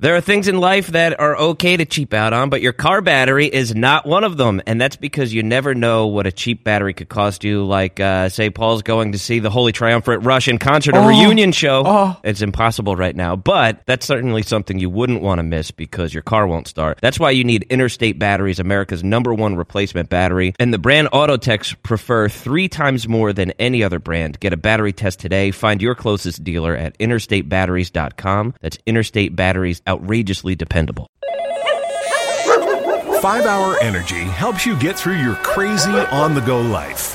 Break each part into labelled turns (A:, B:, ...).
A: There are things in life that are okay to cheap out on, but your car battery is not one of them. And that's because you never know what a cheap battery could cost you. Like, uh, say, Paul's going to see the Holy Triumphant Rush in concert, a reunion show. It's impossible right now, but that's certainly something you wouldn't want to miss because your car won't start. That's why you need Interstate Batteries, America's number one replacement battery. And the brand Autotex prefer three times more than any other brand. Get a battery test today. Find your closest dealer at interstatebatteries.com. That's Interstate Batteries, outrageously dependable.
B: Five Hour Energy helps you get through your crazy on the go life.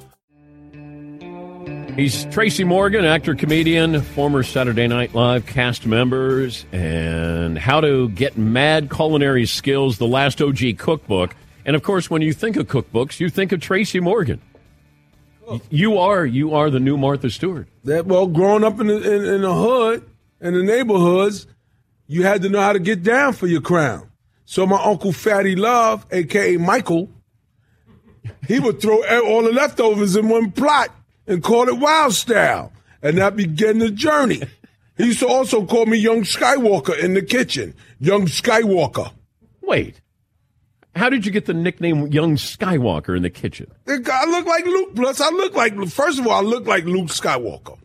C: He's Tracy Morgan, actor, comedian, former Saturday Night Live cast members, and How to Get Mad Culinary Skills, the last OG cookbook. And of course, when you think of cookbooks, you think of Tracy Morgan. You are you are the new Martha Stewart.
D: That well, growing up in the, in, in the hood, in the neighborhoods, you had to know how to get down for your crown. So my uncle Fatty Love, aka Michael, he would throw e, all the leftovers in one plot and call it wild style, and that began the journey. He used to also call me Young Skywalker in the kitchen, Young Skywalker.
C: Wait, how did you get the nickname Young Skywalker in the kitchen?
D: I look like Luke. Plus, I look like first of all, I look like Luke Skywalker.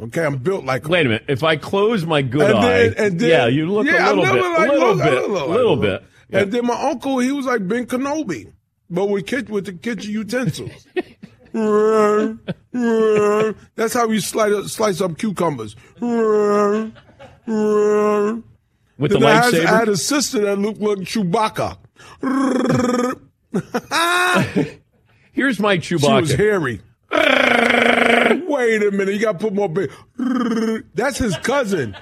D: Okay, I'm built like. him.
C: Wait a minute. If I close my good
D: And
C: eye,
D: then- and then-
C: yeah, you look
D: yeah, I
C: a little
D: never
C: bit,
D: like
C: little
D: look- I
C: bit,
D: don't know, I
C: little
D: don't
C: bit.
D: know.
C: Yeah.
D: And then my uncle, he was like Ben Kenobi, but with kit with the kitchen utensils. That's how you slice up, slice up cucumbers.
C: With the
D: Then I, had,
C: lightsaber,
D: I had a sister that looked like Chewbacca.
C: here's my
D: She was
C: Chewbacca.
D: hairy. Wait a minute, you got to put more. Ba- That's his cousin,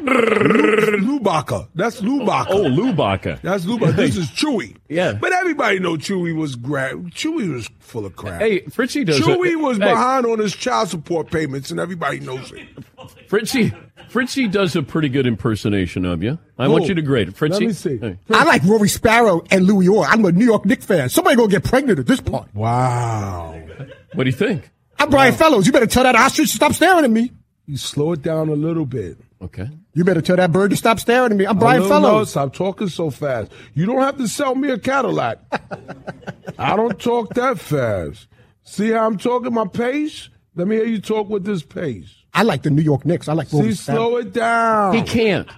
D: Lu- Lubaka. That's Lubaka.
C: Oh, Lubaka.
D: That's Luba. This is Chewy.
C: Yeah.
D: But everybody know Chewy was gra- Chewy was full of crap.
C: Hey, Fritzy does.
D: Chewy
C: it.
D: was
C: Hey,
D: behind on his child support payments, and everybody knows it.
C: Fritzy, Fritzy does a pretty good impersonation of you. I want
D: Who?
C: you to grade it, Fritzy.
D: Let me see.
C: Hey.
E: I like Rory Sparrow and Louis Orr. I'm a New York Knicks fan. Somebody gonna get pregnant at this point.
D: Wow.
C: What do you think?
E: I'm Brian Fellows. You better tell that ostrich to stop staring at me.
D: You slow it down a little bit.
C: Okay.
E: You better tell that bird to stop staring at me. I'm Brian
D: A little low.
E: Fellows.
D: Stop talking so fast. You don't have to sell me a Cadillac. I don't talk that fast. See how I'm talking my pace? Let me hear you talk with this pace.
E: I like the New York Knicks. I like Rory
D: See,
E: Sparrow.
D: slow it down.
C: Oh, He can't.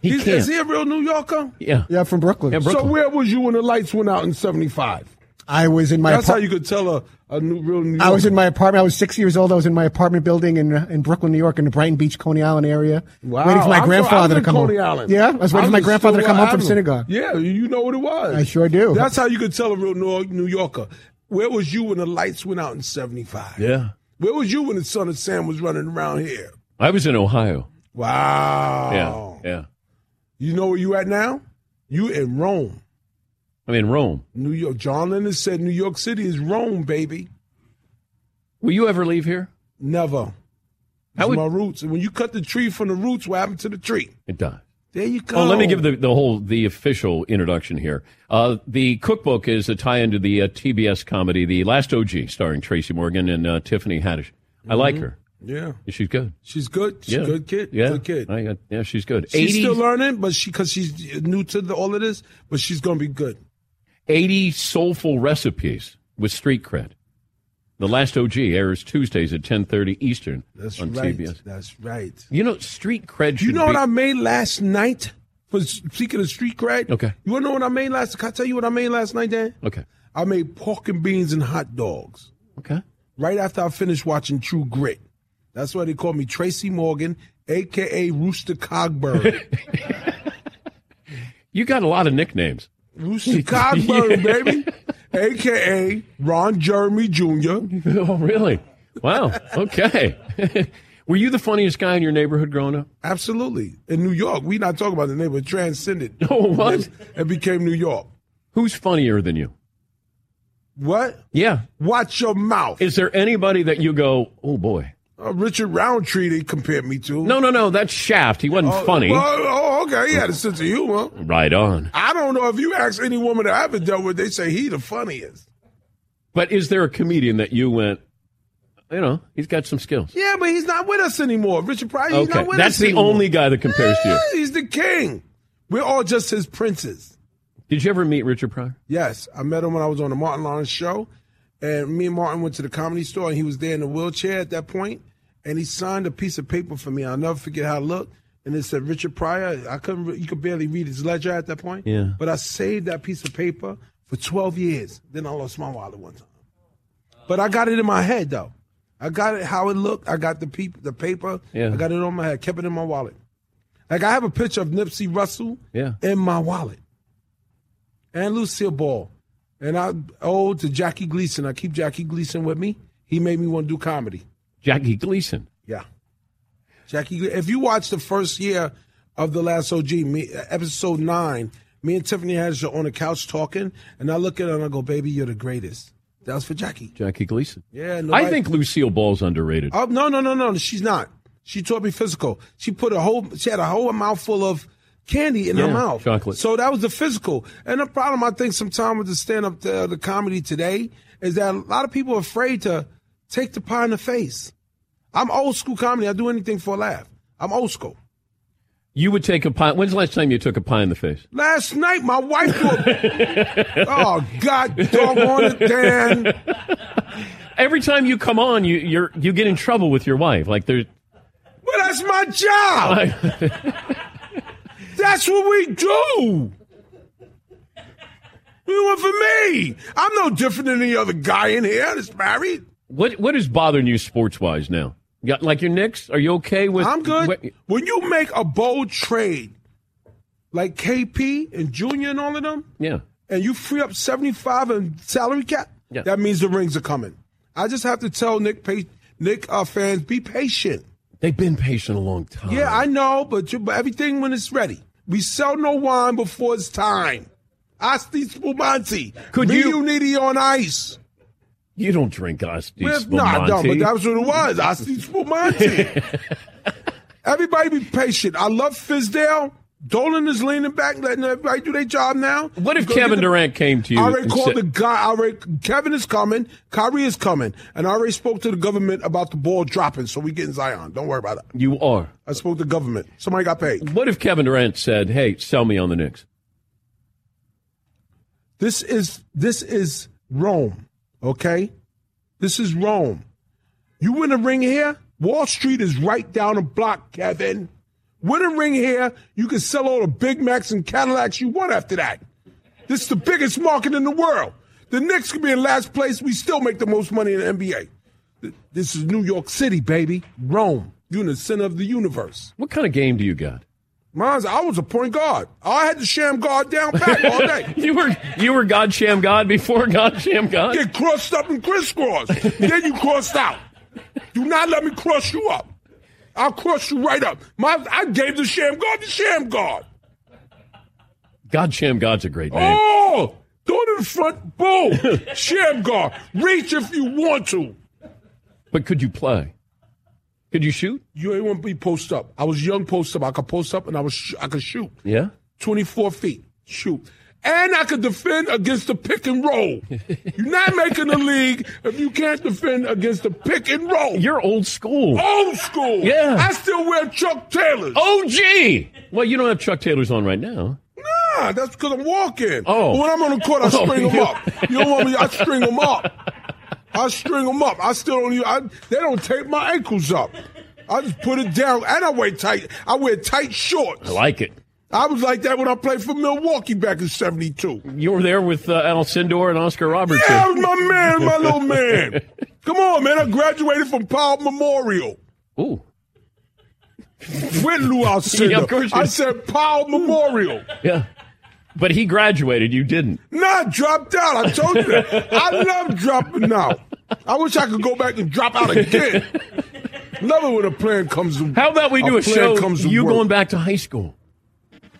C: He
D: Oh. He's-
C: can't.
D: Is he a real New Yorker?
C: yeah.
E: Yeah, from Brooklyn.
C: Yeah, Brooklyn.
D: So where was you when the lights went out in '75?
E: I was in my.
D: That's how
E: apart-
D: you could tell a, a new, real New
E: I was
D: Yorker.
E: in my apartment. I was six years old. I was in my apartment building in uh, in Brooklyn, New York, in the Brighton Beach, Coney Island area.
D: Wow,
E: Waiting for
D: I
E: my
D: was-
E: grandfather
D: I was in
E: to come
D: Coney
E: home.
D: Island.
E: Yeah, I was waiting for my
D: in
E: grandfather to
D: Stillwell
E: come home from
D: Avenue.
E: synagogue.
D: Yeah, you- you know what it was.
E: I sure do.
D: That's how you could tell a real New New Yorker. Where was you when the lights went out in '75?
C: Yeah.
D: Where was you when the son of Sam was running around here?
C: I was in Ohio. Yeah.
D: Wow.
C: Yeah.
D: You know where you at now? You in Rome,
C: I'm in Rome.
D: New York. John Lennon said New York City is Rome, baby.
C: Will you ever leave here?
D: Never.
C: How
D: It's
C: would-
D: my roots. And when you cut the tree from the roots, what happened to the tree?
C: It dies.
D: There you go.
C: Oh, let me give the, the whole the official introduction here. Uh, the cookbook is a tie-in to the uh, TBS comedy The Last OG, starring Tracy Morgan and uh, Tiffany Haddish. I
D: Mm-hmm.
C: like her.
D: Yeah,
C: She's good.
D: she's good. She's
C: Yeah,
D: a good kid.
C: Yeah,
D: good kid.
C: I, uh, yeah, she's good.
D: She's
C: 80,
D: still learning, but she because she's new to the, all of this, but she's gonna be good.
C: 80 soulful recipes with street cred. The Last OG airs Tuesdays at ten thirty Eastern
D: That's
C: on
D: right.
C: TBS.
D: That's right.
C: You know, street cred.
D: You
C: should
D: know
C: be-
D: what I made last night? For speaking of street cred,
C: Okay.
D: You wanna know what I made last? Can I tell you what I made last night, Dan?
C: Okay.
D: I made pork and beans and hot dogs.
C: Okay.
D: Right after I finished watching True Grit, that's why they call me Tracy Morgan, aka Rooster Cogburn.
C: You got a lot of nicknames.
D: Rooster Cogburn, baby, aka Ron Jeremy Jr.
C: Oh, really? Wow. Okay. Were you the funniest guy in your neighborhood growing up?
D: Absolutely. In New York, we not talking about the neighborhood, transcended.
C: Oh, it was?
D: It, it became New York.
C: Who's funnier than you?
D: What?
C: Yeah.
D: Watch your mouth.
C: Is there anybody that you go, oh boy?
D: Uh, Richard Roundtree they compared me to.
C: No, no, no. That's Shaft. He wasn't
D: Oh,
C: funny.
D: well, oh, okay. He had a sense of humor.
C: Right on.
D: I don't know if you ask any woman that I ever dealt with, they say he the funniest.
C: But is there a comedian that you went, you know, he's got some skills?
D: Yeah, but he's not with us anymore. Richard Pryor, he's
C: Okay.
D: not with
C: That's
D: us
C: the
D: anymore.
C: only guy that compares to you.
D: Yeah, He's the king. We're all just his princes.
C: Did you ever meet Richard Pryor?
D: Yes, I met him when I was on the Martin Lawrence show, and me and Martin went to the comedy store, and he was there in a wheelchair at that point, and he signed a piece of paper for me. I'll never forget how it looked, and it said Richard Pryor. I couldn't, re- you could barely read his ledger at that point.
C: Yeah.
D: But I saved that piece of paper for 12 years. Then I lost my wallet one time. But I got it in my head though. I got it how it looked. I got the peop- the paper.
C: Yeah.
D: I got it on my head. Kept it in my wallet. Like I have a picture of Nipsey Russell
C: Yeah.
D: in my wallet. And Lucille Ball. And I owe to Jackie Gleason. I keep Jackie Gleason with me. He made me want to do comedy.
C: Jackie Gleason.
D: Yeah. Jackie, Gle- if you watch the first year of The Last OG, me, episode nine, me and Tiffany Haddish are on the couch talking, and I look at her and I go, baby, you're the greatest. That was for Jackie.
C: Jackie Gleason.
D: Yeah,
C: I
D: nobody-
C: think Lucille Ball's underrated.
D: Oh no, no, no, no! She's not. She taught me physical. She put a whole. She had a whole mouthful of candy in her
C: Yeah,
D: mouth.
C: chocolate.
D: So that was the physical. And the problem I think sometimes with the stand up, the, the comedy today is that a lot of people are afraid to take the pie in the face. I'm old school comedy. I do anything for a laugh. I'm old school.
C: You would take a pie. When's the last time you took a pie in the face?
D: Last night, my wife. Thought, oh God, doggone it, Dan!
C: Every time you come on, you you're you get in trouble with your wife. Like there's
D: Well, that's my job. that's what we do. You want for me? I'm no different than any other guy in here that's married.
C: what what is bothering you sports wise now? You got- Like your Knicks? Are you okay with?
D: I'm good.
C: what-
D: when you make a bold trade, like KP and Junior and all of them,
C: yeah.
D: and you free up 75 in salary cap,
C: Yeah.
D: that means the rings are coming. I just have to tell Nick, pa- Nick uh, fans, be patient.
C: They've been patient a long time.
D: Yeah, I know, but, you, but everything when it's ready. We sell no wine before it's time. Asti Spumanti.
C: Could
D: Me,
C: you-
D: Uniti on ice?
C: you don't drink Asti
D: Well, no, I don't, but
C: Spumanti.
D: that's what it was. Asti Spumanti. everybody be patient. I love Fizdale. Dolan is leaning back, letting everybody do their job now.
C: What if
D: Go get
C: Kevin
D: the-
C: Durant came to you?
D: I already
C: and
D: called
C: said-
D: the guy. I already, Kevin is coming. Kyrie is coming. And I already spoke to the government about the ball dropping, so we getting Zion. Don't worry about it.
C: You are.
D: I spoke to government. Somebody got paid.
C: What if Kevin Durant said, "Hey, sell me on the Knicks"?
D: This is this is Rome, okay? This is Rome. You win a ring here, Wall Street is right down the block, Kevin. Win a ring here, you can sell all the Big Macs and Cadillacs you want after that. This is the biggest market in the world. The Knicks could be in last place. We still make the most money in the NBA. Th- This is New York City, baby. Rome. You in the center of the universe.
C: What kind of game do you got?
D: Mine's I was a point guard. I had to sham guard down back all day.
C: You were you were God Sham God before God Sham God.
D: get crossed up and crisscrossed. then you crossed out. Do not let me cross you up. I'll cross you right up. My, I gave the sham guard the sham guard.
C: God Sham God's a great name.
D: Oh, throw it in front. Boom. sham guard. Reach if you want to.
C: But could you play? Could you shoot?
D: You ain't want to be post up. I was young post up. I could post up and I was sh- I could shoot.
C: Yeah.
D: 24 feet. Shoot. And I could defend against the pick and roll. You're not making the league if you can't defend against the pick and roll.
C: You're old school.
D: old school.
C: Yeah. Oh.
D: I still wear Chuck Taylors.
C: OG. Well, you don't have Chuck Taylor's on right now.
D: Nah, Ah, that's because I'm walking.
C: Oh.
D: But when I'm on the court, I
C: Oh,
D: string them
C: you-
D: up. You don't want me? I string them up. I string them up. I still don't. Even, I, they don't tape my ankles up. I just put it down, and I wear tight. I wear tight shorts.
C: I like it.
D: I was like that when I played for Milwaukee back in '72.
C: You were there with uh, Al Sindor and Oscar Robertson.
D: Yeah, I was my man, my little man. Come on, man. I graduated from Powell Memorial.
C: Ooh.
D: With Lou Alcindor.
C: Yeah, of course you-
D: I said Powell Memorial.
C: Yeah. But he graduated. You didn't.
D: Nah, I dropped out. I told you that. I love dropping out. I wish I could go back and drop out again. Love it when a plan comes. to-
C: How about we do a,
D: plan
C: show?
D: Comes to
C: You
D: work.
C: going back to high school?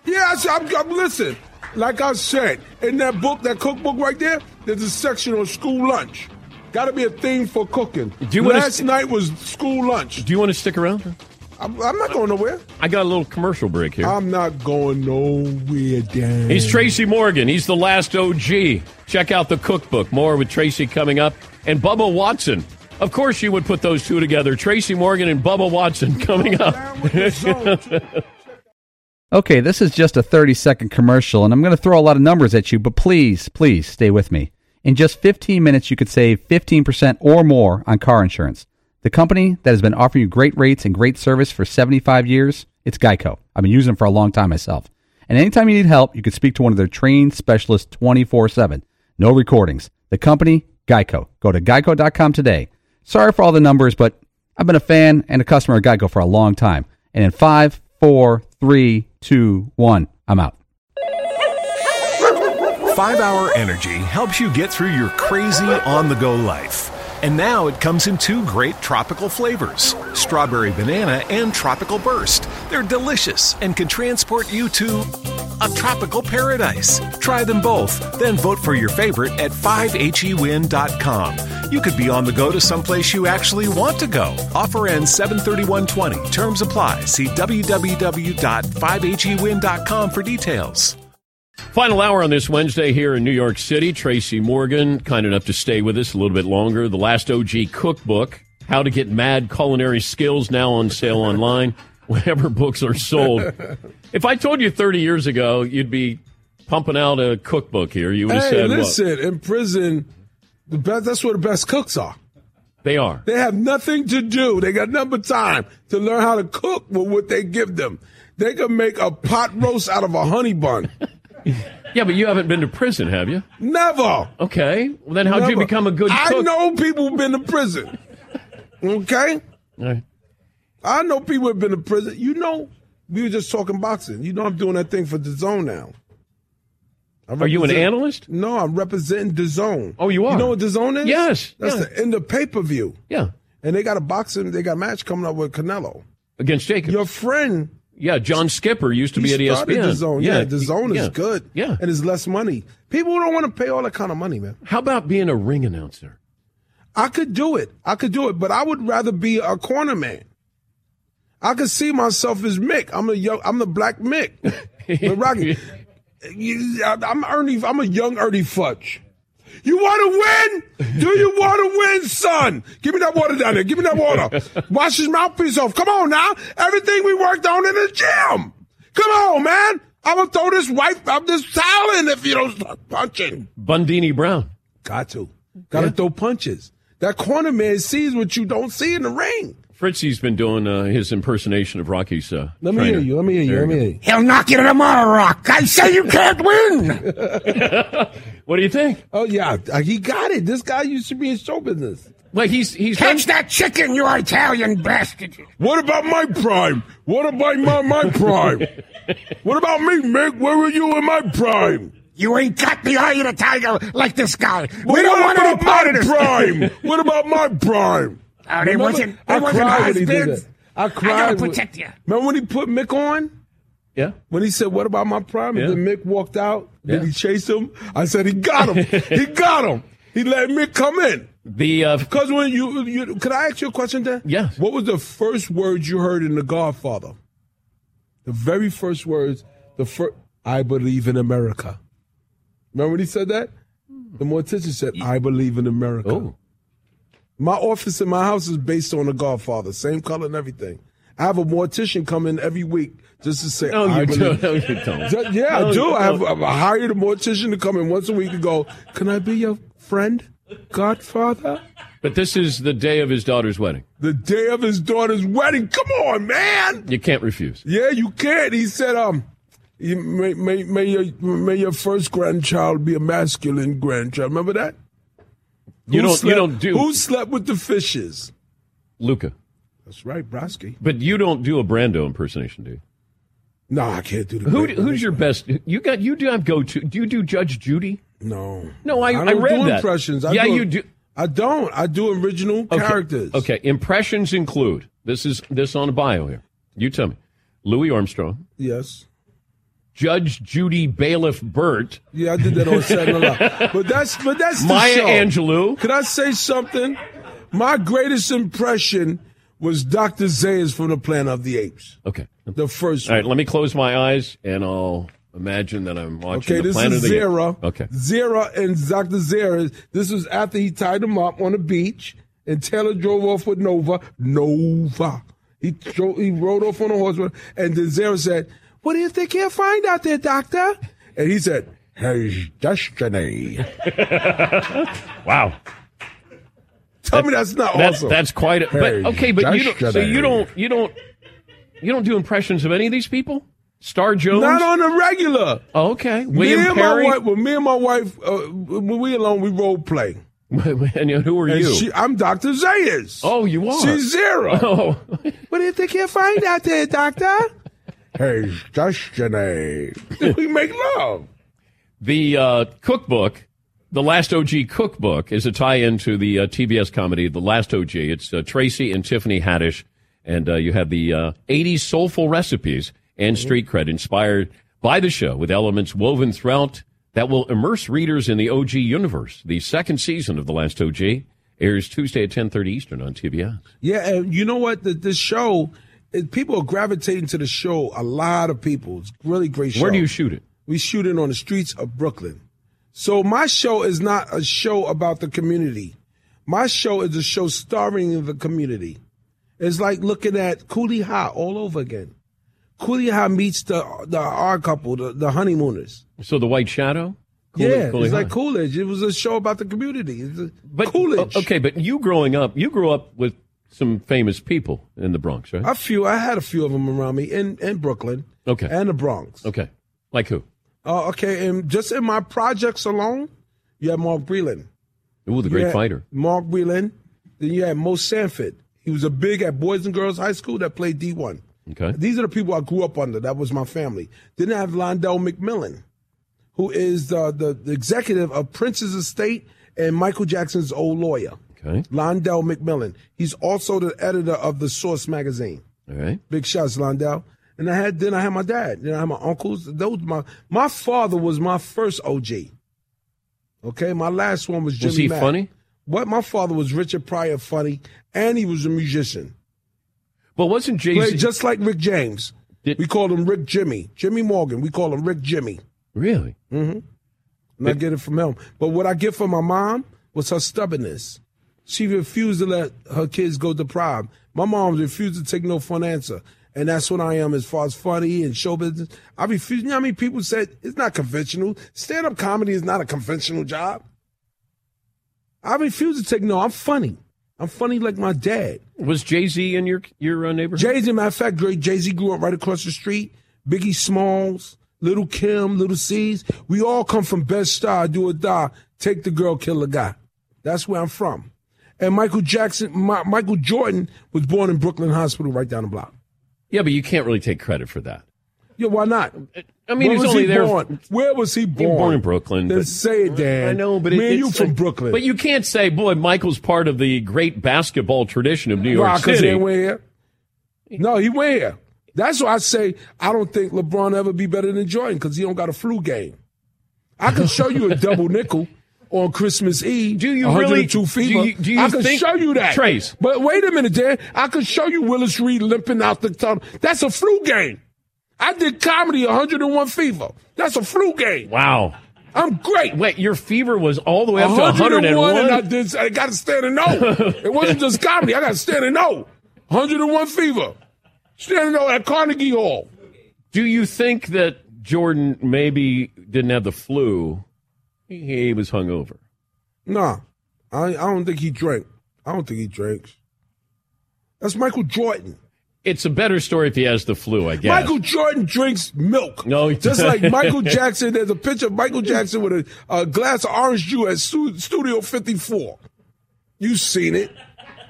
D: Yeah, I said, I'm, I'm listen. Like I said, in that book, that cookbook right there, there's a section on school lunch. Got to be a thing for cooking.
C: Do you wanna
D: Last
C: st-
D: night was school lunch.
C: Do you want to stick around?
D: I'm, I'm not going nowhere.
C: I got a little commercial break here.
D: I'm not going nowhere, Dan.
C: He's Tracy Morgan. He's the last OG. Check out the cookbook. More with Tracy coming up. And Bubba Watson. Of course, you would put those two together. Tracy Morgan and Bubba Watson coming up.
D: Down with the zone, too.
F: Okay, this is just a 30 second commercial, and I'm going to throw a lot of numbers at you, but please, please stay with me. In just 15 minutes, you could save 15% or more on car insurance. The company that has been offering you great rates and great service for 75 years, it's Geico. I've been using them for a long time myself. And anytime you need help, you can speak to one of their trained specialists 24 7. No recordings. The company, Geico. Go to geico.com today. Sorry for all the numbers, but I've been a fan and a customer of Geico for a long time. And in five, four, three, two, one, I'm out.
B: 5 Hour Energy helps you get through your crazy on the go life. And now it comes in two great tropical flavors strawberry banana and tropical burst. They're delicious and can transport you to a tropical paradise. Try them both, then vote for your favorite at E 5hewin.com. You could be on the go to someplace you actually want to go. Offer ends 73120. Terms apply. See E www.5hewin.com for details.
C: Final hour on this Wednesday here in New York City. Tracy Morgan, kind enough to stay with us a little bit longer. The last OG cookbook, How to Get Mad Culinary Skills, now on sale online, whenever books are sold. If I told you 30 years ago you'd be pumping out a cookbook here, you would have
D: Hey,
C: said, "Well,
D: listen, in prison, the best, that's where the best cooks are.
C: they are.
D: They have nothing to do. They got number time to learn how to cook with what they give them. They can make a pot roast out of a honey bun.
C: Yeah, but you haven't been to prison, have you?
D: Never.
C: Okay. Well, then how'd you
D: Never.
C: become a good
D: I
C: cook?
D: know people who've been to prison. Okay?
C: All right.
D: I know people have been to prison. You know, we were just talking boxing. You know I'm doing that thing for the zone now.
C: Are you an analyst?
D: No, I'm representing the zone.
C: Oh, you are?
D: You know what the zone is?
C: Yes,
D: That's
C: yeah.
D: the end of pay per view.
C: Yeah.
D: And they got a boxing, they got a match coming up with Canelo.
C: Against Jacob.
D: Your friend
C: yeah, John Skipper used to
D: he
C: be at E
D: started
C: ESPN.
D: the zone. Yeah, the zone
C: yeah.
D: is good.
C: Yeah.
D: And it's less money. People don't want to pay all that kind of money, man.
C: How about being a ring announcer?
D: I could do it. I could do it, but I would rather be a corner man. I could see myself as Mick. I'm a young. I'm the black Mick. but Rocky, you- I- I'm Ernie. I'm a young Ernie Fudge. You want to win? Do you want to win, son? Give me that water down there. Give me that water. Wash his mouthpiece off. Come on now. Everything we worked on in the gym. Come on, man. I'm gonna throw this wife, I'm this towel in if you don't start punching.
C: Bundini Brown.
D: Got to. Got to throw punches. That corner man sees what you don't see in the ring.
C: Fritzy's been doing uh, his impersonation of Rocky's. Uh, trainer.
D: Let me hear you. Let me hear you.
E: He'll knock you to the mother rock. I say you can't win.
C: What do you think?
D: Oh yeah, uh, he got it. This guy used to be in show business.
C: Like he's he's
E: Catch that chicken, you Italian bastard.
D: What about my prime? What about my my prime? what about me, Mick? Where were you in my prime?
E: You ain't got the eye of the tiger like this guy. We
D: What
E: don't want any
D: about
E: part of
D: my
E: this.
D: prime. what about my prime?
E: Oh, they
D: Remember-
E: wasn't. They
D: I
E: wasn't
D: cried when he did
E: husbands.
D: that. I cried.
E: gotta
D: when-
E: protect you.
D: Remember when he put Mick on?
C: yeah.
D: When he said, "What about my prime?" and
C: Yeah.
D: then Mick walked out,
C: Yeah.
D: then he chased him. I said, "He got him. he got him. He let Mick come in."
C: The uh,
D: Because when you, you, could I ask you a question, Dan?
C: Yes.
D: What was the first words you heard in The Godfather? The very first words. The first, I believe in America. Remember when he said that? The mortician said, "I believe in America."
C: oh,
D: My office in my house is based on The Godfather, same color and everything. I have a mortician come in every week just to say,
C: no,
D: I
C: Oh, you Oh,
D: believe.
C: don't. No, you don't.
D: Ju- Yeah,
C: No,
D: I do.
C: you
D: I have,
C: don't.
D: I've hired a mortician to come in once a week and go, Can I be your friend, Godfather?
C: But this is the day of his daughter's wedding.
D: The day of his daughter's wedding. Come on, man.
C: You can't refuse.
D: Yeah, you can't. He said, um, you- may, may, may, your, may your first grandchild be a masculine grandchild. Remember that?
C: You
D: Who
C: don't.
D: slept-
C: you don't do
D: Who slept with the fishes?
C: Luca.
D: That's right, Brodsky.
C: But you don't do a Brando impersonation, do you?
D: No, I can't do the
C: Who,
D: great-
C: who's your best? You got you do have go to. Do you do Judge Judy?
D: No.
C: No, I-
D: don't
C: I read
D: do
C: that.
D: impressions. I
C: Yeah,
D: do,
C: you do-
D: I don't. I do original
C: Okay.
D: characters.
C: Okay, impressions include This is this on a bio here. You tell me. Louis Armstrong,
D: Yes.
C: Judge Judy Bailiff Burt,
D: Yeah, I did that on Saturday Night Live. But that's but that's the
C: Maya
D: show.
C: Angelou.
D: Could I say something? My greatest impression was Dr. Zayas from the Planet of the Apes,
C: Okay. All
D: the first one.
C: right, let me close my eyes and I'll imagine that I'm watching
D: Okay,
C: the
D: this
C: Planet
D: is
C: of the Apes.
D: Zera.
C: Okay.
D: Zera and Dr. Zera. This was after he tied him up on the beach, and Taylor drove off with Nova. Nova. He dro- he rode off on a horse, with- and then Zera said, "What if they can't find out there, Doctor?" And he said, "His destiny."
C: Wow.
D: Tell me that's not
C: That's
D: awesome.
C: that's quite a, but
D: Hey,
C: okay, but you
D: that's
C: don't so you
D: today.
C: don't you don't you don't do impressions of any of these people? Star Jones?
D: not on the regular.
C: oh, okay.
D: me
C: William
D: and
C: Perry.
D: my wife, well, me and my wife, uh, when we alone, we role play.
C: and who are
D: And
C: you?
D: she, I'm Dr. Zayas.
C: oh, you are.
D: She's zero.
C: oh.
D: What if they can't find out there, doctor? Hey, destiny. we make love.
C: The uh, cookbook, the last OG cookbook, is a tie-in to the uh, TBS comedy The Last OG. It's uh, Tracy and Tiffany Haddish, and uh, you have the uh, '80s soulful recipes
D: Mm-hmm.
C: and street cred inspired by the show, with elements woven throughout that will immerse readers in the OG universe. The second season of The Last OG airs Tuesday at 10:30 Eastern on TBS.
D: Yeah, and you know what? The, this show, it, people are gravitating to the show. A lot of people. It's a really great show.
C: Where do you shoot it?
D: We shoot it on the streets of Brooklyn. So my show is not a show about the community. My show is a show starring the community. It's like looking at Coolie High all over again. Coolie High meets the the R couple, the, the honeymooners.
C: So the White Shadow. Cooley-
D: yeah,
C: Cooley
D: it's
C: High.
D: like Coolidge. It was a show about the community. It's a-
C: But
D: Coolidge.
C: o- Okay, but you growing up, you grew up with some famous people in the Bronx, right?
D: a few. I had a few of them around me in in Brooklyn.
C: Okay.
D: and the Bronx.
C: okay, like who?
D: Uh, okay, and just in my projects alone, you had Mark Breland.
C: Ooh, the
D: You
C: great
D: had
C: fighter.
D: Mark Breland. Then you had Mo Sanford. He was a big at Boys and Girls High School that played D one.
C: Okay,
D: These are the people I grew up under. That was my family. Then I have Londell McMillan, who is the, the, the executive of Prince's Estate and Michael Jackson's old lawyer.
C: okay,
D: Londell McMillan. He's also the editor of the Source magazine.
C: all right.
D: Big shouts, Londell. And I had then I had my dad. Then I had my uncles. Those my my father was my first OG. Okay, my last one was Jimmy.
C: Was he
D: Mack.
C: funny?
D: What my father was Richard Pryor funny, and he was a musician.
C: Well, wasn't Jay
D: Played
C: Z
D: just like Rick James.
C: Did-
D: we called him Rick Jimmy, Jimmy Morgan. We call him Rick Jimmy.
C: really?
D: And I get it from him. But what I get from my mom was her stubbornness. She refused to let her kids go deprived. My mom refused to take no for an answer. And that's what I am as far as funny and show business. I refuse. You know how many people said it's not conventional? Stand up comedy is not a conventional job. I refuse to take no. I'm funny. I'm funny like my dad.
C: Was Jay Z in your your uh, neighborhood?
D: Jay Z, matter of fact, great Jay Z grew up right across the street. Biggie Smalls, Little Kim, Little C's. We all come from Best Star, Do or Die, Take the Girl, Kill the Guy. That's where I'm from. And Michael Jackson, my, Michael Jordan was born in Brooklyn Hospital, right down the block.
C: yeah, but you can't really take credit for that.
D: Yeah, why not?
C: I mean,
D: Where
C: he was
D: was
C: only
D: he
C: there.
D: born? Where was he
C: He
D: born?
C: was born in Brooklyn.
D: Then
C: but-
D: say it, Dan.
C: I know, but
D: man,
C: it, it's
D: you from
C: like-
D: Brooklyn.
C: But you can't say, boy, Michael's part of the great basketball tradition of New York
D: Why? 'Cause he
C: City.
D: ain't win here. No, he win here. That's why I say I don't think LeBron ever be better than Jordan because he don't got a flu game. I can show you a double nickel on Christmas Eve.
C: Do you
D: 102
C: really-
D: Fever.
C: do you- do you
D: I can
C: think-
D: show you that,
C: Trace.
D: But wait a minute, Dan. I can show you Willis Reed limping out the tunnel. That's a flu game. I did comedy 101 Fever. That's a flu game.
C: Wow.
D: I'm great.
C: Wait, your fever was all the way up to
D: 101,
C: 101?
D: and I did. I got to stand and know. it wasn't just comedy. I got to stand and know. 101 Fever, stand and know at Carnegie Hall.
C: Do you think that Jordan maybe didn't have the flu? He was hungover.
D: Nah, I, I don't think he drank. I don't think he drinks. That's Michael Jordan.
C: It's a better story if he has the flu, I guess.
D: Michael Jordan drinks milk.
C: No, he
D: just like Michael Jackson. There's a picture of Michael Jackson with a, a glass of orange juice at Stu- Studio 54. You seen it?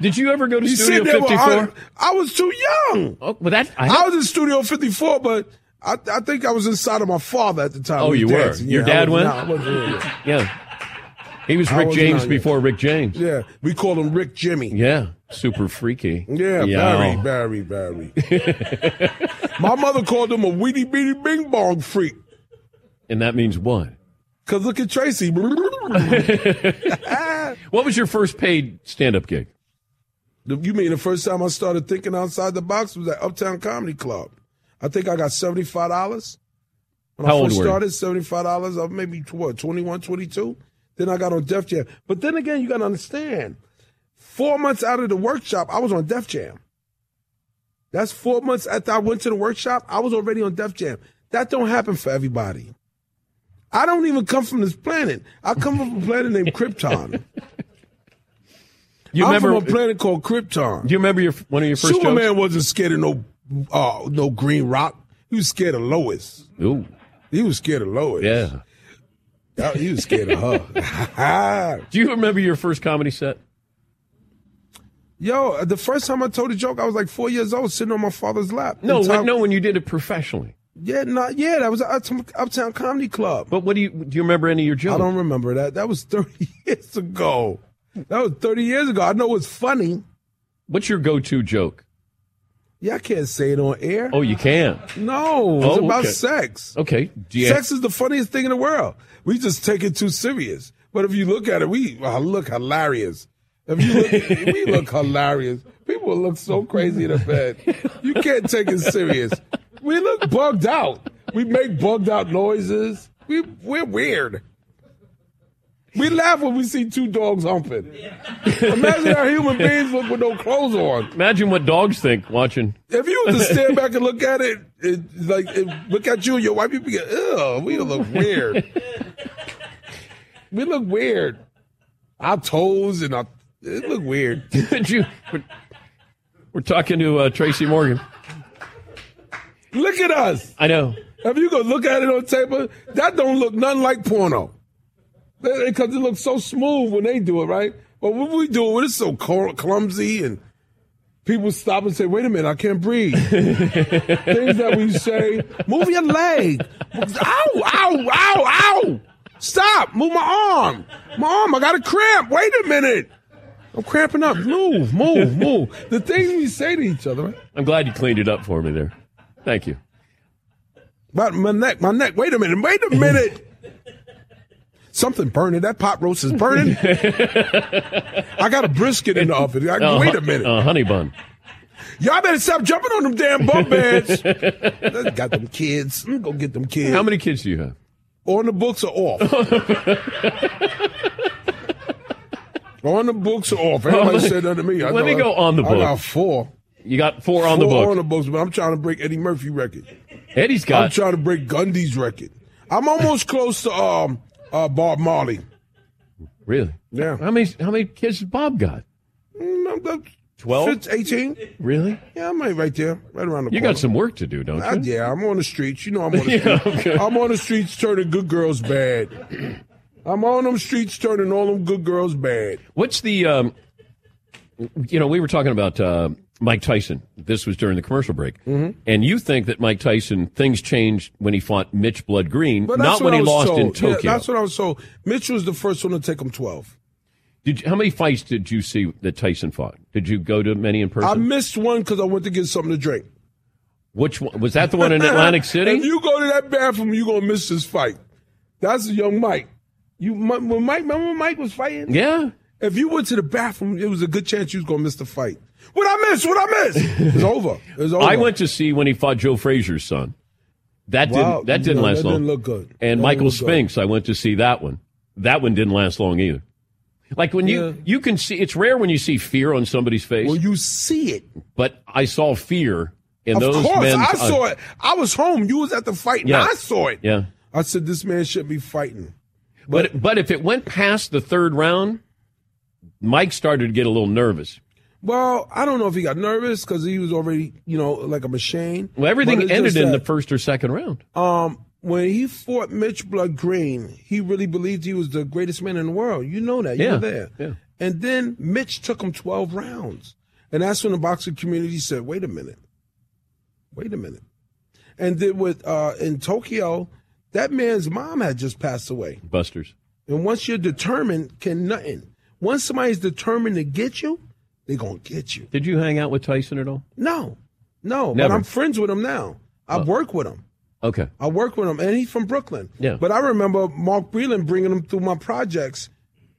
C: Did you ever go to
D: You
C: Studio
D: seen that? with
C: 54?
D: orange- I was too young.
C: Oh, well, that I,
D: I was in Studio 54, but I, I think I was inside of my father at the time.
C: Oh,
D: He
C: you
D: was
C: were.
D: dancing.
C: Your
D: Yeah,
C: dad
D: I
C: went?
D: nah, I wasn't- yeah,
C: yeah. He was
D: Ah! I
C: Rick
D: was
C: James
D: not yet.
C: before Rick James.
D: yeah. Yeah, we called him Rick Jimmy.
C: Yeah. super freaky.
D: Yeah,
C: Yeah.
D: Barry, Barry, Barry. My mother called him a weedy beady bing bong freak.
C: And that means what?
D: Cause look at Tracy.
C: What was your first paid stand up gig?
D: You mean the first time I started thinking outside the box was at Uptown Comedy Club? I think I got seventy five dollars. When
C: How
D: I
C: old
D: first
C: were you?
D: started, seventy five dollars. I maybe what 21, 22. Then I got on Def Jam. But then again, you got to understand, four months out of the workshop, I was on Def Jam. That's four months after I went to the workshop. I was already on Def Jam. That don't happen for everybody. I don't even come from this planet. I come from a planet named Krypton.
C: You
D: I'm
C: remember?
D: from a planet called Krypton.
C: do you remember your one of your first
D: Superman wasn't scared of no uh, no green rock. He was scared of Lois.
C: jokes? Ooh,
D: He was scared of Lois.
C: yeah.
D: Uh, He was scared of her.
C: Do you remember your first comedy set?
D: Yo, the first time I told a joke, I was like four years old, sitting on my father's lap.
C: No,
D: In
C: when,
D: town-
C: no, when you did it professionally.
D: Yeah, not yeah. That was at Uptown, Uptown Comedy Club.
C: But what do you do? You remember any of your jokes?
D: I don't remember that. That was thirty years ago. That was thirty years ago. I know it's funny.
C: What's your go-to joke?
D: Yeah, I can't say it on air.
C: Oh, you can.
D: No, it's
C: Oh,
D: about
C: okay.
D: sex.
C: Okay. Do you
D: Sex is the funniest thing in the world. We just take it too serious. But if you look at it, we uh, look hilarious. If you look, we look hilarious. People look so crazy in the bed. You can't take it serious. We look bugged out. We make bugged out noises. We we're weird. We laugh when we see two dogs humping. Imagine how human beings look with no clothes on.
C: imagine what dogs think watching?
D: If you was to stand back and look at it, it like it, look at you and your wife, you'd be like, "Ew, we look weird. we look weird. Our toes and our it look weird."
C: Did you? We're, we're talking to uh, Tracy Morgan.
D: Look at us.
C: I know.
D: If you go look at it on tape, that don't look nothing like porno. Because it looks so smooth when they do it, right? But when we do it, it's so cl- clumsy and people stop and say, wait a minute, I can't breathe. Things that we say, move your leg. Ow, ow, ow, ow. Stop, move my arm. My arm, I got a cramp. Wait a minute. I'm cramping up. Move, move, move. The things we say to each other, right?
C: I'm glad you cleaned it up for me there. Thank you.
D: But my neck, my neck. Wait a minute, wait a minute. Something burning. That pot roast is burning. I got a brisket in the oven. I-
C: Uh,
D: wait a
C: hu-
D: minute.
C: Uh, honey bun.
D: Y'all better stop jumping on them damn bunk beds. got them kids. I'm going to get them kids.
C: How many kids do you have?
D: on the books or off? on the books or off? Everybody said that to me. I
C: Let me
D: know I-
C: go on the
D: I got
C: book.
D: four.
C: You got four on the
D: Four
C: book.
D: on the books, but I'm trying to break Eddie Murphy record.
C: Eddie's
D: I'm
C: got.
D: trying to break Gundy's record. I'm almost close to um uh Bob Marley.
C: really?
D: Yeah.
C: How many? How many kids has Bob got?
D: Mm, I'm- I'm
C: 12?
D: 15, 18?
C: Really?
D: Yeah, I'm right, right there, right around the
C: You
D: corner.
C: got some work to do, don't
D: I,
C: you?
D: yeah, I'm on the streets. You know, I'm on the streets.
C: Yeah, okay.
D: I'm on the streets turning good girls bad. I'm on them streets turning all them good girls bad.
C: What's the, um, you know, we were talking about uh, Mike Tyson. This was during the commercial break,
D: Mm-hmm.
C: and you think that Mike Tyson things changed when he fought Mitch Blood Green,
D: But that's
C: not
D: what
C: when
D: I
C: he
D: was
C: lost
D: told.
C: in Tokyo.
D: Yeah, that's what I was told. Mitch was the first one to take him 12.
C: Did you, how many fights did you see that Tyson fought? Did you go to many in
D: I
C: person?
D: missed one because I went to get something to drink.
C: Which one was that? The one in Atlantic City?
D: If you go to that bathroom, you're gonna miss this fight. That's young Mike. You when Mike remember when Mike was fighting?
C: yeah.
D: If you went to the bathroom, it was a good chance you was gonna miss the fight. What I miss? What I miss? It's over. It's over.
C: I went to see when he fought Joe Frazier's son. That
D: Wow.
C: didn't that didn't
D: No,
C: last
D: that
C: long.
D: didn't look good.
C: And
D: That
C: Michael
D: didn't look good.
C: Spinks, I went to see that one. That one didn't last long either. Like when you
D: Yeah.
C: you can see it's rare when you see fear on somebody's face,
D: When you see it,
C: but I saw fear in
D: of
C: those
D: course,
C: men.
D: I saw it. I was home. You was at the fight, and
C: Yeah.
D: I saw it.
C: Yeah.
D: I said, this man should be fighting.
C: But but if it went past the third round, Mike started to get a little nervous.
D: Well, I don't know if he got nervous because he was already, you know, like a machine.
C: Well,
D: But
C: everything
D: it's
C: ended
D: just
C: in the
D: that,
C: first or second round.
D: Um, when he fought Mitch Blood Green, he really believed he was the greatest man in the world. You know that. You
C: Yeah,
D: were there.
C: yeah.
D: And then Mitch took him 12 rounds. And that's when the boxing community said, wait a minute. Wait a minute. And then with uh, in Tokyo, that man's mom had just passed away.
C: Busters.
D: And once you're determined, can nothing. Once somebody's determined to get you, they gonna get you.
C: Did you hang out with Tyson at all?
D: No, no.
C: Never. Uh.
D: But I'm friends with him now. I work with him.
C: Okay.
D: I work with him, and he's from Brooklyn.
C: Yeah.
D: But I remember Mark Breland bringing him through my projects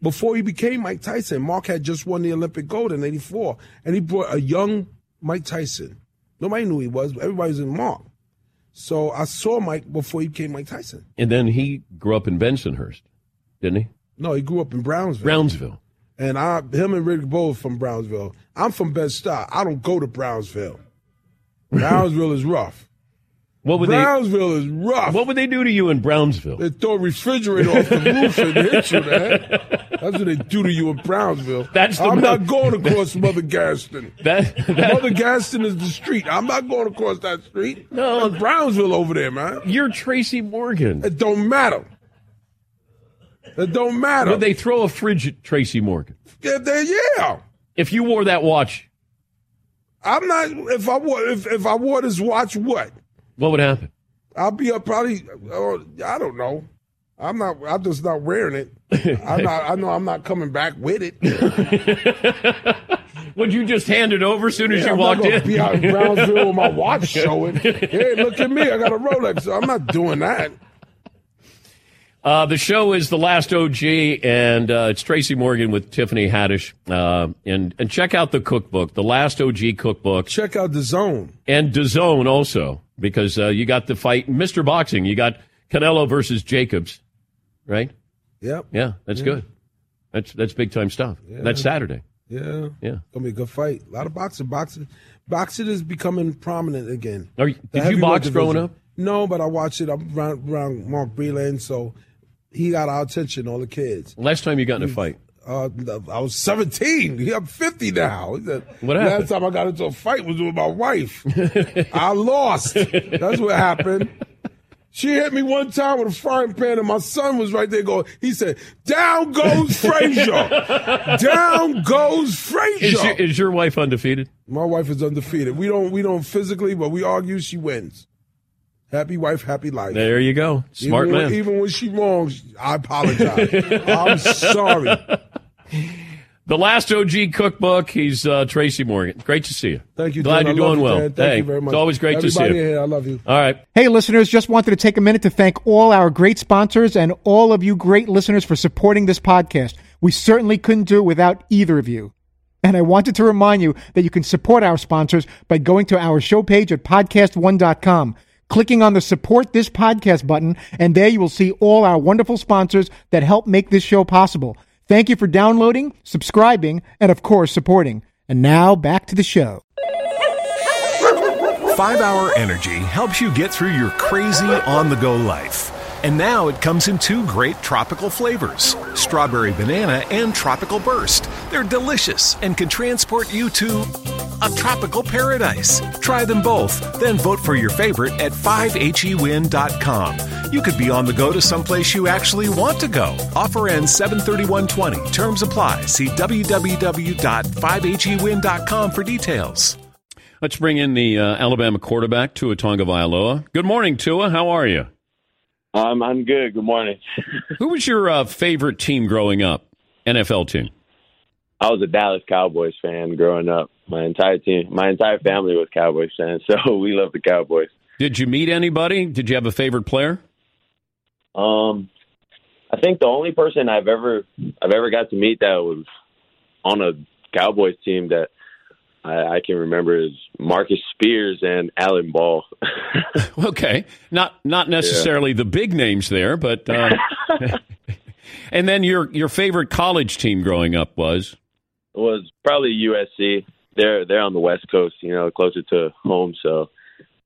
D: before he became Mike Tyson. Mark had just won the Olympic gold in '84, and he brought a young Mike Tyson. Nobody knew who he was. but Everybody was in Mark. So I saw Mike before he became Mike Tyson.
C: And then he grew up in Bensonhurst, didn't he?
D: No, he grew up in Brownsville.
C: Brownsville.
D: and I, him and Rick both from Brownsville. I'm from Bed Stuy. I don't go to Brownsville. Brownsville is rough.
C: What would
D: Brownsville is rough.
C: they What would they do to you in Brownsville?
D: They throw a refrigerator off the roof and hit you, man. That's what they do to you in Brownsville.
C: That's the
D: I'm
C: mo-
D: not going across Mother Gaston.
C: That, that-
D: Mother Gaston is the street. I'm not going across that street.
C: No.
D: That's Brownsville over there, man.
C: you're Tracy Morgan.
D: It don't matter. It don't matter.
C: Would they throw a fridge at Tracy Morgan
D: yeah, they, yeah.
C: if you wore that watch?
D: I'm not. If I wore if, if I wore this watch, what?
C: What would happen?
D: I'll be up probably. Uh, I don't know. I'm not. I'm just not wearing it. I'm not. I know I'm not coming back with it.
C: Would you just hand it over as soon as
D: Yeah,
C: you
D: I'm
C: walked
D: not gonna
C: in?
D: Be out in Brownsville with my watch showing. Hey, look at me! I got a Rolex. I'm not doing that.
C: Uh, the show is The Last OG, and uh, it's Tracy Morgan with Tiffany Haddish. Uh, and, and check out the cookbook, The Last OG Cookbook,
D: Check out the zone.
C: and DAZN also, because uh, you got the fight, Mr. Boxing, you got Canelo versus Jacobs, right?
D: Yep.
C: Yeah, that's good. That's that's big time stuff. That's Saturday.
D: Yeah.
C: Yeah.
D: Gonna be a good fight. A lot of boxing. Boxing. Boxing is becoming prominent again.
C: Are you-
D: The
C: did you
D: heavyweight
C: box growing
D: division.
C: up?
D: No, but I watched it. I'm around, around Mark Breland, so he got our attention. All the kids.
C: Last time you got in a fight,
D: Uh, I was 17. He- I'm 50 now. He said,
C: What happened?
D: Last time I got into a fight was with my wife. I lost. That's what happened. She hit me one time with a frying pan, and my son was right there going, he said, Down goes Frazier. Down goes Frazier.
C: is, your, is your wife undefeated?
D: my wife is undefeated. We don't we don't physically, but we argue, she wins. Happy wife, happy life.
C: There you go, smart
D: even
C: man.
D: When, even when she wrong, I apologize. I'm sorry.
C: the last OG cookbook. He's uh, Tracy Morgan. Great to see you.
D: Thank you.
C: Glad
D: Dan. I
C: you're
D: love
C: doing
D: you,
C: well.
D: Dan. Thank
C: Hey,
D: you very much.
C: It's always great
D: Everybody
C: to see you.
D: Here, I love you.
C: All right.
E: Hey, listeners, just wanted to take a minute to thank all our great sponsors and all of you great listeners for supporting this podcast. We certainly couldn't do it without either of you. And I wanted to remind you that you can support our sponsors by going to our show page at podcast1.com, clicking on the support this podcast button, and there you will see all our wonderful sponsors that help make this show possible. Thank you for downloading, subscribing, and of course, supporting. And now back to the show.
B: 5 Hour Energy helps you get through your crazy on the go life. And now it comes in two great tropical flavors strawberry banana and tropical burst. They're delicious and can transport you to a tropical paradise. Try them both, then vote for your favorite at E 5hewin.com. You could be on the go to someplace you actually want to go. Offer ends 73120. Terms apply. See E www.5hewin.com for details.
C: Let's bring in the uh, Alabama quarterback, Tua Tonga Vailoa. Good morning, Tua. How are you?
G: Um, I'm good. Good morning.
C: Who was your uh, favorite team growing up? NFL team.
G: I was a Dallas Cowboys fan growing up. My entire team, my entire family was Cowboys fans, so we love the Cowboys.
C: Did you meet anybody? Did you have a favorite player?
G: Um, I think the only person I've ever I've ever got to meet that was on a Cowboys team that I, I can remember is Marcus Spears and Allen Ball.
C: Okay, not not necessarily the big names there, but uh, and then your your favorite college team growing up was
G: It was probably USC. They're they're on the West Coast, you know, closer to home. So,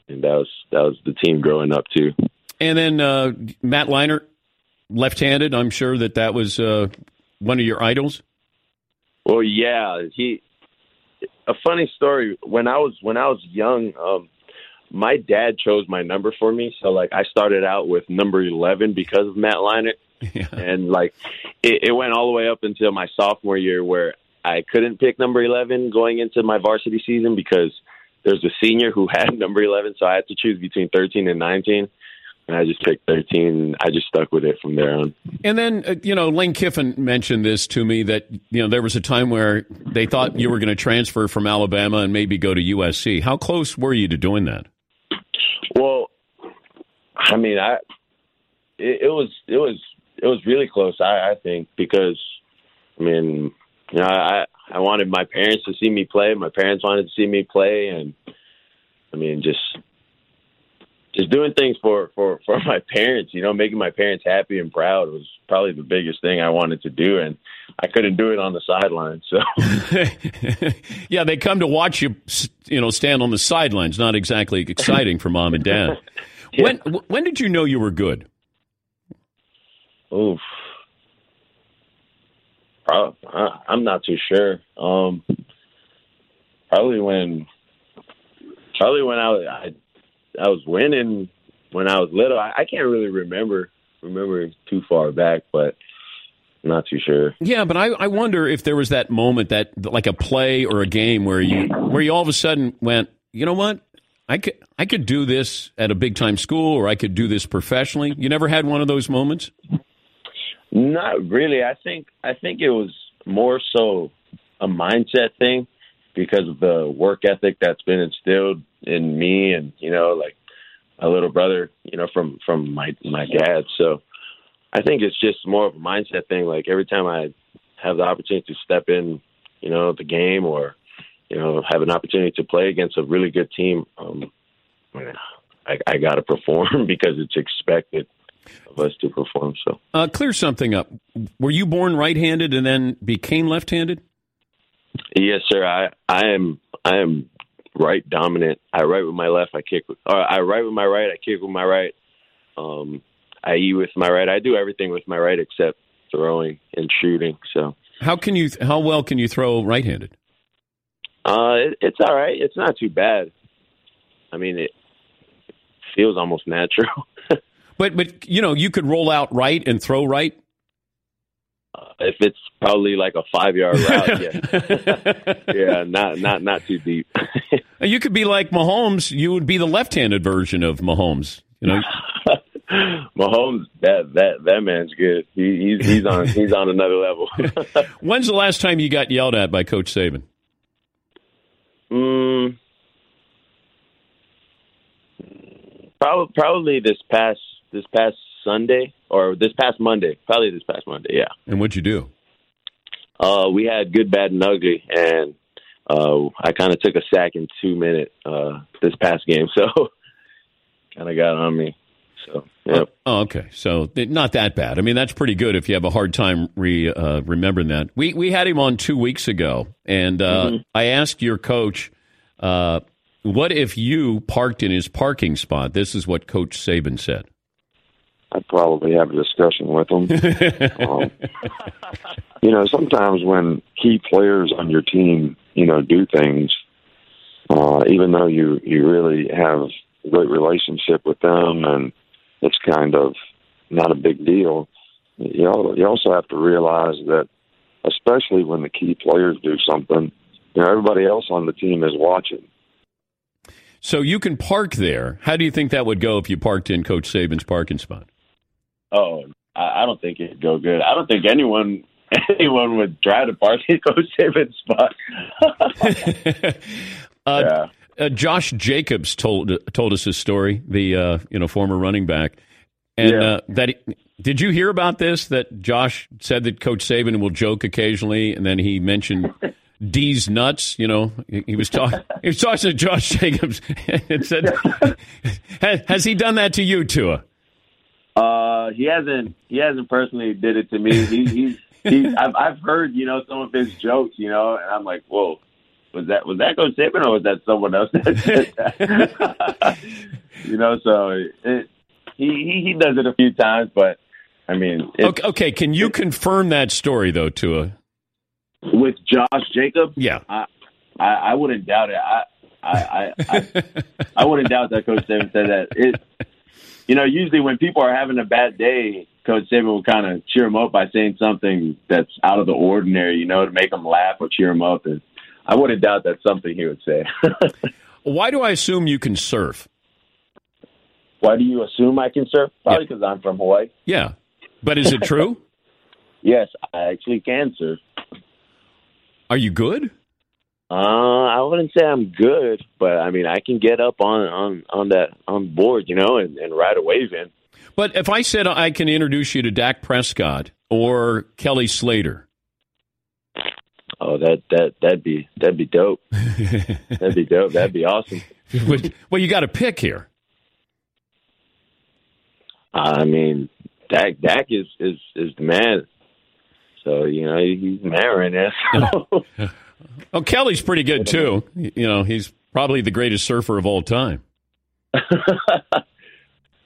G: and that was that was the team growing up too.
C: and then uh, Matt Leinart, left-handed. I'm sure that that was uh, one of your idols.
G: Well, yeah, he. A funny story. When I was when I was young, um, my dad chose my number for me. So like, I started out with number eleven because of Matt Leinart, and like, it, it went all the way up until my sophomore year where I couldn't pick number eleven going into my varsity season because there's a senior who had number eleven, so I had to choose between thirteen and nineteen. and I just picked 13. And I just stuck with it from there on.
C: And then, uh, you know, Lane Kiffin mentioned this to me that, you know, there was a time where they thought you were going to transfer from Alabama and maybe go to USC. How close were you to doing that?
G: Well, I mean, I it, it was it was it was really close. I, I think because I mean, you know, I I wanted my parents to see me play. My parents wanted to see me play, and I mean, just just doing things for for for my parents. You know, making my parents happy and proud was probably the biggest thing I wanted to do, and I couldn't do it on the sideline. So.
C: yeah, they come to watch you, s- you know, stand on the sidelines. Not exactly exciting for mom and dad. When w- when did you know you were good?
G: Oof. Prob- I, I'm not too sure. Um, probably when, probably when I was I, I was winning when I was little. I, I can't really remember remember too far back, but I'm not too sure.
C: Yeah, but I, I wonder if there was that moment that like a play or a game where you where you all of a sudden went, you know what? I could I could do this at a big time school or I could do this professionally. You never had one of those moments?
G: Not really. I think I think it was more so a mindset thing because of the work ethic that's been instilled in me and you know like my little brother, you know from from my my dad. So I think it's just more of a mindset thing like every time I have the opportunity to step in, you know, the game or you know have an opportunity to play against a really good team um I I got to perform because it's expected of us to perform so
C: Uh, clear something up. Were you born right handed and then became left handed?
G: Yes, sir. I I am I am right dominant. I write with my left. I kick with. Or I write with my right. I kick with my right. Um, I eat with my right. I do everything with my right except throwing and shooting. So
C: How can you how well can you throw right handed?
G: uh, it, it's all right. It's not too bad. I mean, it feels almost natural.
C: But but you know, you could roll out right and throw right.
G: if it's probably like a five yard route, yeah, yeah, not not not too deep.
C: You could be like Mahomes, you would be the left handed version of Mahomes. You know,
G: Mahomes, that that that man's good. He, he's he's on he's on another level.
C: when's the last time you got yelled at by Coach Saban?
G: Mm, probably probably this past this past Sunday or this past Monday. Probably this past Monday. Yeah.
C: And what'd you do?
G: Uh, we had good, bad, and ugly, and uh, I kind of took a sack in two minutes uh, this past game, so kind of got on me. So yep.
C: Oh, okay. So th- not that bad. I mean, that's pretty good if you have a hard time re, uh, remembering that. We we had him on two weeks ago, and uh, I asked your coach, uh, "What if you parked in his parking spot?" This is what Coach Saban said.
H: I'd probably have a discussion with him. um, you know, sometimes when key players on your team, you know, do things, uh, even though you you really have a great relationship with them, and it's kind of not a big deal. You al- you also have to realize that, especially when the key players do something, you know, everybody else on the team is watching.
C: So you can park there. How do you think that would go if you parked in Coach Saban's parking spot?
G: Oh, I, I don't think it'd go good. I don't think anyone anyone would try to park in Coach Saban's spot.
C: Uh,
G: Yeah.
C: uh, Josh Jacobs told told us his story, the uh, you know former running back, and
G: Yeah.
C: uh, that he- did you hear about this? That Josh said that Coach Saban will joke occasionally, and then he mentioned D's nuts. You know, he, he was talking he was talking to Josh Jacobs, and said, has, "Has he done that to you, Tua?"
G: Uh, he hasn't he hasn't personally did it to me. He, he's he's I've I've heard you know some of his jokes, you know, and I'm like, whoa, was that was that Coach Saban or was that someone else that said that? you know, so it, he he he does it a few times, but I mean, it's,
C: Okay, okay, can you confirm that story though, Tua?
G: with Josh Jacobs,
C: Yeah.
G: I, I I wouldn't doubt it. I I I, I, I wouldn't doubt that Coach Saban said that. It, you know, usually when people are having a bad day, Coach Saban will kind of cheer them up by saying something that's out of the ordinary. You know, to make them laugh or cheer them up. And I wouldn't doubt that's something he would say.
C: Why do I assume you can surf?
G: Why do you assume I can surf? Probably because I'm from Hawaii.
C: Yeah. But is it true?
G: Yes, I actually can surf.
C: Are you good?
G: Uh, I wouldn't say I'm good, but I mean I can get up on on on that on board, you know, and, and ride a wave in.
C: But if I said I can introduce you to Dak Prescott or Kelly Slater,
G: Oh, that that that'd be that'd be dope. that'd be dope. That'd be awesome.
C: would- well, you got to pick here.
G: I mean, Dak Dak is is is the man. So you know he- he's the man right now. So.
C: Oh, Kelly's pretty good too. You know, he's probably the greatest surfer of all time.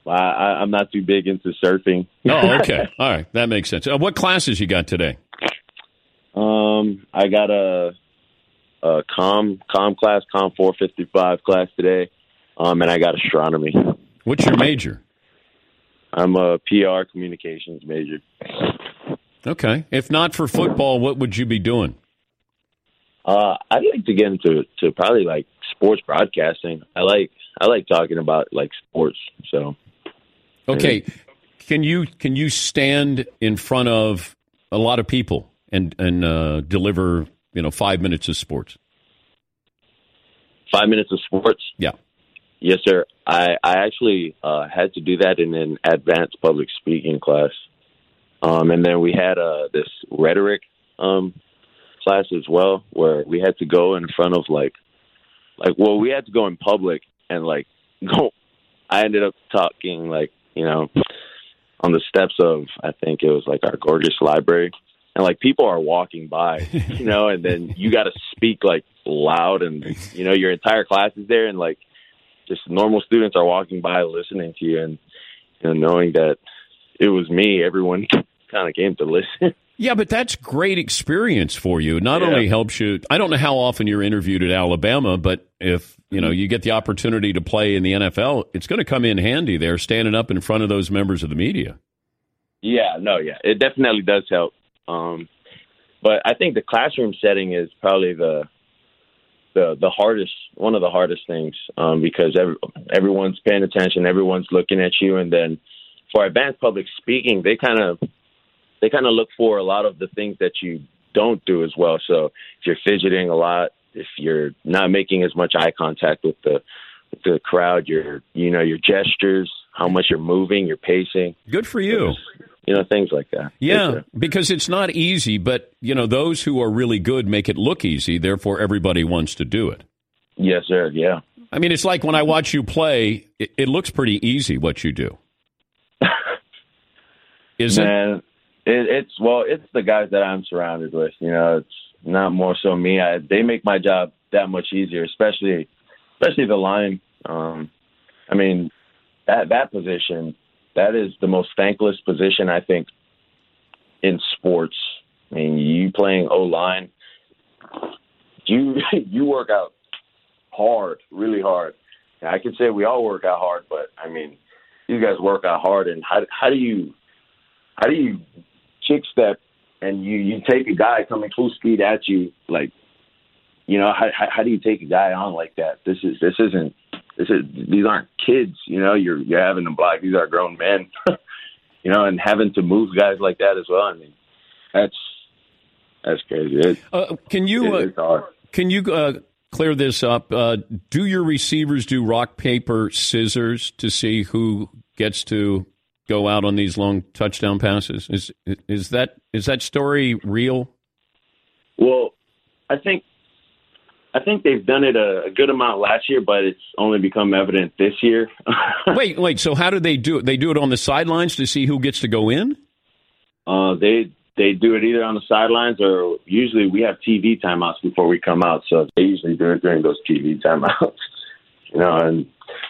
G: Well, I, I'm not too big into surfing.
C: Oh, okay. All right. That makes sense. Uh, what classes you got today?
G: Um, I got a, a com com class, com 455 class today, um, and I got astronomy.
C: What's your major?
G: I'm a PR communications major.
C: Okay. If not for football, what would you be doing?
G: Uh, I'd like to get into to probably like sports broadcasting. I like I like talking about like sports. So
C: Okay. Can you can you stand in front of a lot of people and and uh, deliver you know five minutes of sports?
G: five minutes of sports.
C: Yeah.
G: Yes, sir. I I actually uh, had to do that in an advanced public speaking class, um, and then we had uh, this rhetoric um, class as well, where we had to go in front of like, like well, we had to go in public and like go. I ended up talking like you know on the steps of I think it was like our gorgeous library, and like people are walking by, you know, and then you got to speak like loud, and you know your entire class is there, and like just normal students are walking by listening to you and you know, knowing that it was me everyone kind of came to listen
C: Yeah, but that's great experience for you. Not only helps you. I don't know how often you're interviewed at Alabama, but if you know you get the opportunity to play in the NFL, it's going to come in handy there, standing up in front of those members of the media.
G: yeah no yeah it definitely does help um but i think the classroom setting is probably the the the hardest one of the hardest things um because every, everyone's paying attention everyone's looking at you and then for advanced public speaking they kind of they kind of look for a lot of the things that you don't do as well. So if you're fidgeting a lot, if you're not making as much eye contact with the with the crowd, your you know your gestures, how much you're moving, your pacing,
C: Good for you.
G: you know things like that.
C: Yeah,
G: It's
C: because it's not easy, but you know those who are really good make it look easy. Therefore, everybody wants to do it.
G: a- yes, sir. Yeah.
C: I mean, it's like when I watch you play; it, it looks pretty easy what you do. Is it?
G: Man, it, it's well, it's the guys that I'm surrounded with. You know, it's not more so me. I, they make my job that much easier, especially especially the line. Um, I mean, that that position that is the most thankless position I think in sports. I mean, you playing O line, you you work out hard, really hard. And I can say we all work out hard, but I mean, you guys work out hard, and how how do you how do you chick step and you you take a guy coming full speed at you like you know how how, how do you take a guy on like that this is this isn't this is these aren't kids you know you're you're having them block these are grown men you know and having to move guys like that as well i mean that's that's crazy it,
C: Uh, can you? Uh,
G: it's hard
C: Can you uh, clear this up? Uh, do your receivers do rock, paper, scissors to see who gets to go out on these long touchdown passes? Is is that is that story real?
G: Well, I think I think they've done it a, a good amount last year, but it's only become evident this year.
C: Wait, wait. So how do they do it? They do it on the sidelines to see who gets to go in.
G: Uh, they they do it either on the sidelines or usually we have TV timeouts before we come out, so they usually do it during those TV timeouts. you know, and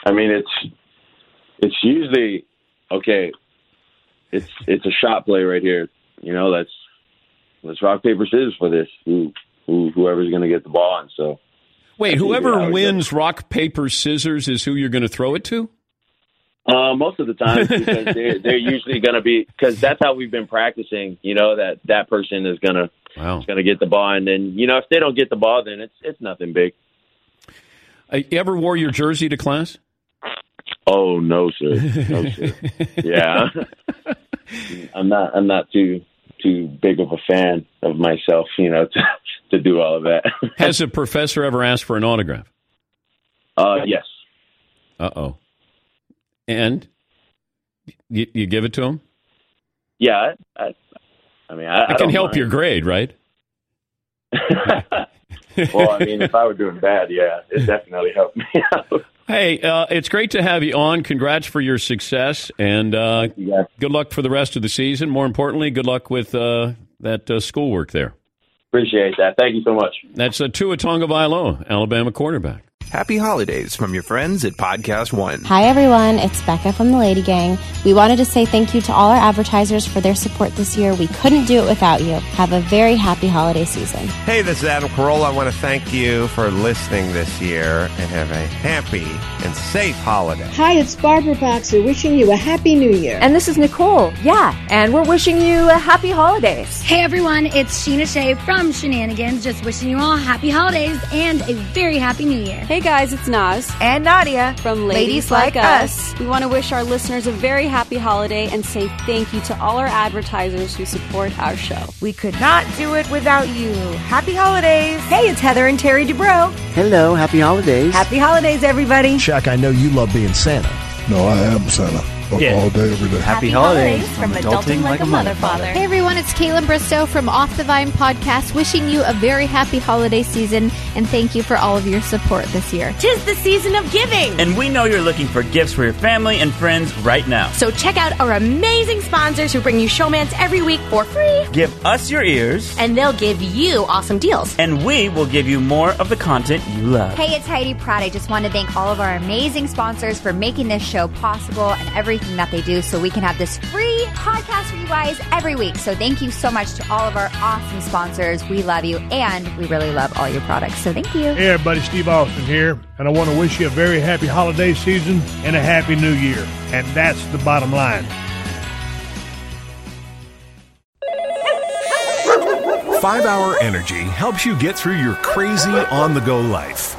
G: I mean it's it's usually okay. It's it's a shot play right here. You know, let's let's rock paper scissors for this. Who who whoever's going to get the ball, and so
C: Wait,
G: Yeah, I
C: whoever
G: would
C: wins rock, paper, scissors is who you're going to throw it to.
G: Uh, most of the time, because they're, they're usually going to be because that's how we've been practicing. You know that that person is going to
C: Wow.
G: is going to get the ball, and then you know if they don't get the ball, then it's it's nothing big.
C: Uh, you ever wore your jersey to class?
G: Oh no, sir. No, sir. yeah, I'm not. I'm not too too big of a fan of myself, you know, to, to do all of that.
C: Has a professor ever asked for an autograph?
G: Uh, yes.
C: Uh oh. And you, you give it to him?
G: Yeah. I, I, I mean, I,
C: I, can
G: don't
C: help
G: mind.
C: your grade, right?
G: well, I mean, if I were doing bad, yeah, it definitely helped me out.
C: Hey, uh, it's great to have you on. Congrats for your success, and uh,
G: Yeah.
C: good luck for the rest of the season. More importantly, good luck with uh, that uh, schoolwork there.
G: Appreciate that. Thank you so much.
C: That's uh, Tua Tonga Vailoa, Alabama quarterback.
I: Happy holidays from your friends at Podcast One.
J: Hi everyone, it's Becca from the Lady Gang. We wanted to say thank you to all our advertisers for their support this year. We couldn't do it without you. Have a very happy holiday season.
K: Hey, this is Adam Carolla. I want to thank you for listening this year and have a happy and safe holiday.
L: Hi, it's Barbara Boxer wishing you a happy new year.
J: And this is Nicole. Yeah, and we're wishing you a happy holidays.
D: Hey everyone, it's Sheena Shea from Shenanigans, just wishing you all happy holidays and a very happy new year.
J: Hey guys, it's Nas and Nadia from Ladies, Like Us. We want to wish our listeners a very happy holiday and say thank you to all our advertisers who support our show.
D: We could not do it without you. Happy holidays. Hey, it's Heather and Terry Dubrow.
M: Hello, happy holidays.
D: Happy holidays, everybody.
N: Shaq, I know you love being Santa.
O: No, I am Santa. All day, every day.
N: Happy,
J: from Adulting Like a Mother Father.
D: Hey everyone, it's Caitlin Bristow from Off the Vine Podcast, wishing you a very happy holiday season and thank you for all of your support this year. Tis the season of giving.
P: And we know you're looking for gifts for your family and friends right now.
D: So check out our amazing sponsors who bring you showmans every week for free,
P: Give us your ears,
D: and they'll give you awesome deals.
P: and we will give you more of the content you love.
D: Hey, it's Heidi Pratt. I just want to thank all of our amazing sponsors for making this show possible and everything that they do so we can have this free podcast for you guys every week. So thank you so much to all of our awesome sponsors. We love you and we really love all your products. So thank you.
E: Hey everybody, Steve Austin here, and I want to wish you a very happy holiday season and a happy new year. And that's the bottom line.
B: Five Hour Energy helps you get through your crazy on the go life.